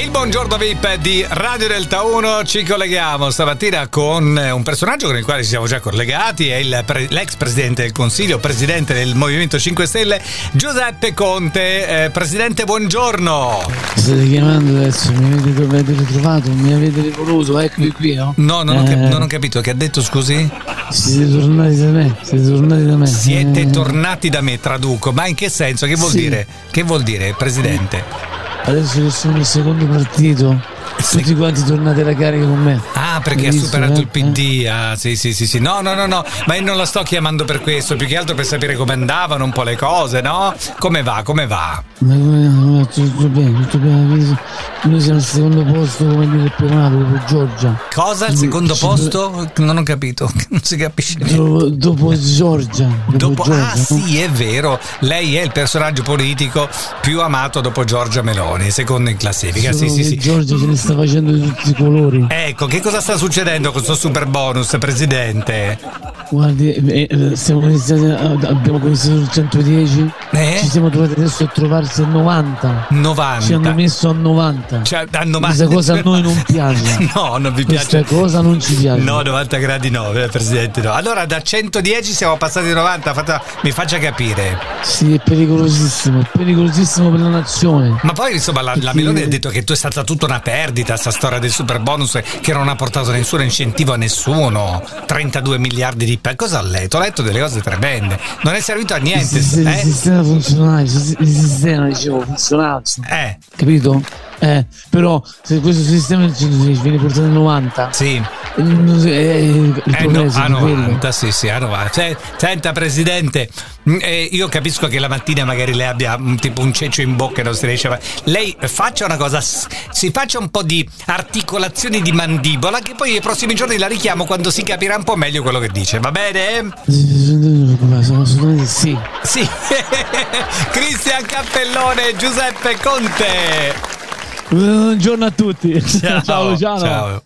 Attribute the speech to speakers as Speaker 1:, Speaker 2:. Speaker 1: Il buongiorno VIP di Radio Delta 1 ci colleghiamo stamattina con eh, un personaggio con il quale ci siamo già collegati, è il pre- l'ex presidente del Consiglio, presidente del Movimento 5 Stelle, Giuseppe Conte. Eh, presidente, buongiorno.
Speaker 2: State chiamando adesso, mi avete, mi avete ritrovato, mi avete rivoluto, eccovi qui, no?
Speaker 1: No, non, ho, cap-
Speaker 2: Eh.
Speaker 1: non ho capito che ha detto, scusi?
Speaker 2: Siete tornati da me, siete tornati da me.
Speaker 1: Siete
Speaker 2: Eh,
Speaker 1: tornati da me, traduco, ma in che senso? Che vuol
Speaker 2: Sì.
Speaker 1: dire? Che vuol dire, presidente?
Speaker 2: Adesso che sono il secondo partito, tutti quanti tornate alla carica con me.
Speaker 1: Ah, perché
Speaker 2: Hai
Speaker 1: ha
Speaker 2: visto,
Speaker 1: superato
Speaker 2: eh?
Speaker 1: il PD. Ah, sì, sì, sì, sì. No, no, no, no, ma io non la sto chiamando per questo, più che altro per sapere come andavano un po' le cose, no? Come va, come va?
Speaker 2: Ma come ma tutto, tutto bene, tutto bene. quindi Noi siamo al secondo posto, come dire, il primato, dopo Giorgia.
Speaker 1: Cosa? Il
Speaker 2: Mm,
Speaker 1: secondo
Speaker 2: ci-
Speaker 1: posto? Non ho capito, non si capisce niente.
Speaker 2: Do- dopo Giorgia. Dopo,
Speaker 1: Dopo,
Speaker 2: Giorgia.
Speaker 1: ah
Speaker 2: no?
Speaker 1: sì, è vero, lei è il personaggio politico più amato dopo Giorgia Meloni, secondo in classifica. Sì,
Speaker 2: Solo
Speaker 1: sì,
Speaker 2: che
Speaker 1: sì.
Speaker 2: Giorgia ce ne sta facendo di tutti i colori.
Speaker 1: Ecco, che cosa sta succedendo con questo super bonus, presidente?
Speaker 2: Guardi, eh, eh, siamo iniziati, a- abbiamo cominciato sul 110,
Speaker 1: Eh?
Speaker 2: ci siamo trovati adesso a trovarsi a 90, ci hanno
Speaker 1: 90.
Speaker 2: messo a 90.
Speaker 1: Cioè, hanno
Speaker 2: Questa cosa a noi non piace.
Speaker 1: No, non vi
Speaker 2: Questa
Speaker 1: piace.
Speaker 2: cosa non ci piace.
Speaker 1: No, 90 gradi no, eh, Presidente. No. Allora da 110 siamo passati a 90, fatta- mi faccia capire.
Speaker 2: Sì, è pericolosissimo, è pericolosissimo per la nazione.
Speaker 1: Ma poi insomma la, la
Speaker 2: Sì.
Speaker 1: Meloni ha detto che tu è stata tutta una perdita, sta storia del super bonus che non ha portato nessun incentivo a nessuno. 32 miliardi di... pe- Cosa ha letto? Ho letto delle cose tremende. Non è servito a
Speaker 2: Il
Speaker 1: niente.
Speaker 2: sistema, il
Speaker 1: eh?
Speaker 2: sistema funzionale, il sis- il sistema dicevo funzionale,
Speaker 1: Eh,
Speaker 2: capito? Eh, però se questo sistema del 110 viene portato a 90,
Speaker 1: sì.
Speaker 2: eh, non si- eh, il
Speaker 1: Eh, no,
Speaker 2: progresso
Speaker 1: a
Speaker 2: è quello.
Speaker 1: 90, sì, sì, a 90. Se- Senta, Presidente, mh, eh, io capisco che la mattina magari lei abbia mh, tipo un ceccio in bocca e non si riesce a fare. Lei faccia una cosa, s- si faccia un po' di articolazioni di mandibola che poi nei prossimi giorni la richiamo quando si capirà un po' meglio quello che dice, va bene?
Speaker 2: Sono assolutamente sì.
Speaker 1: Sì. Cristian Cappellone, Giuseppe Conte.
Speaker 2: Buongiorno a tutti. Ciao, Luciano.
Speaker 1: Ciao.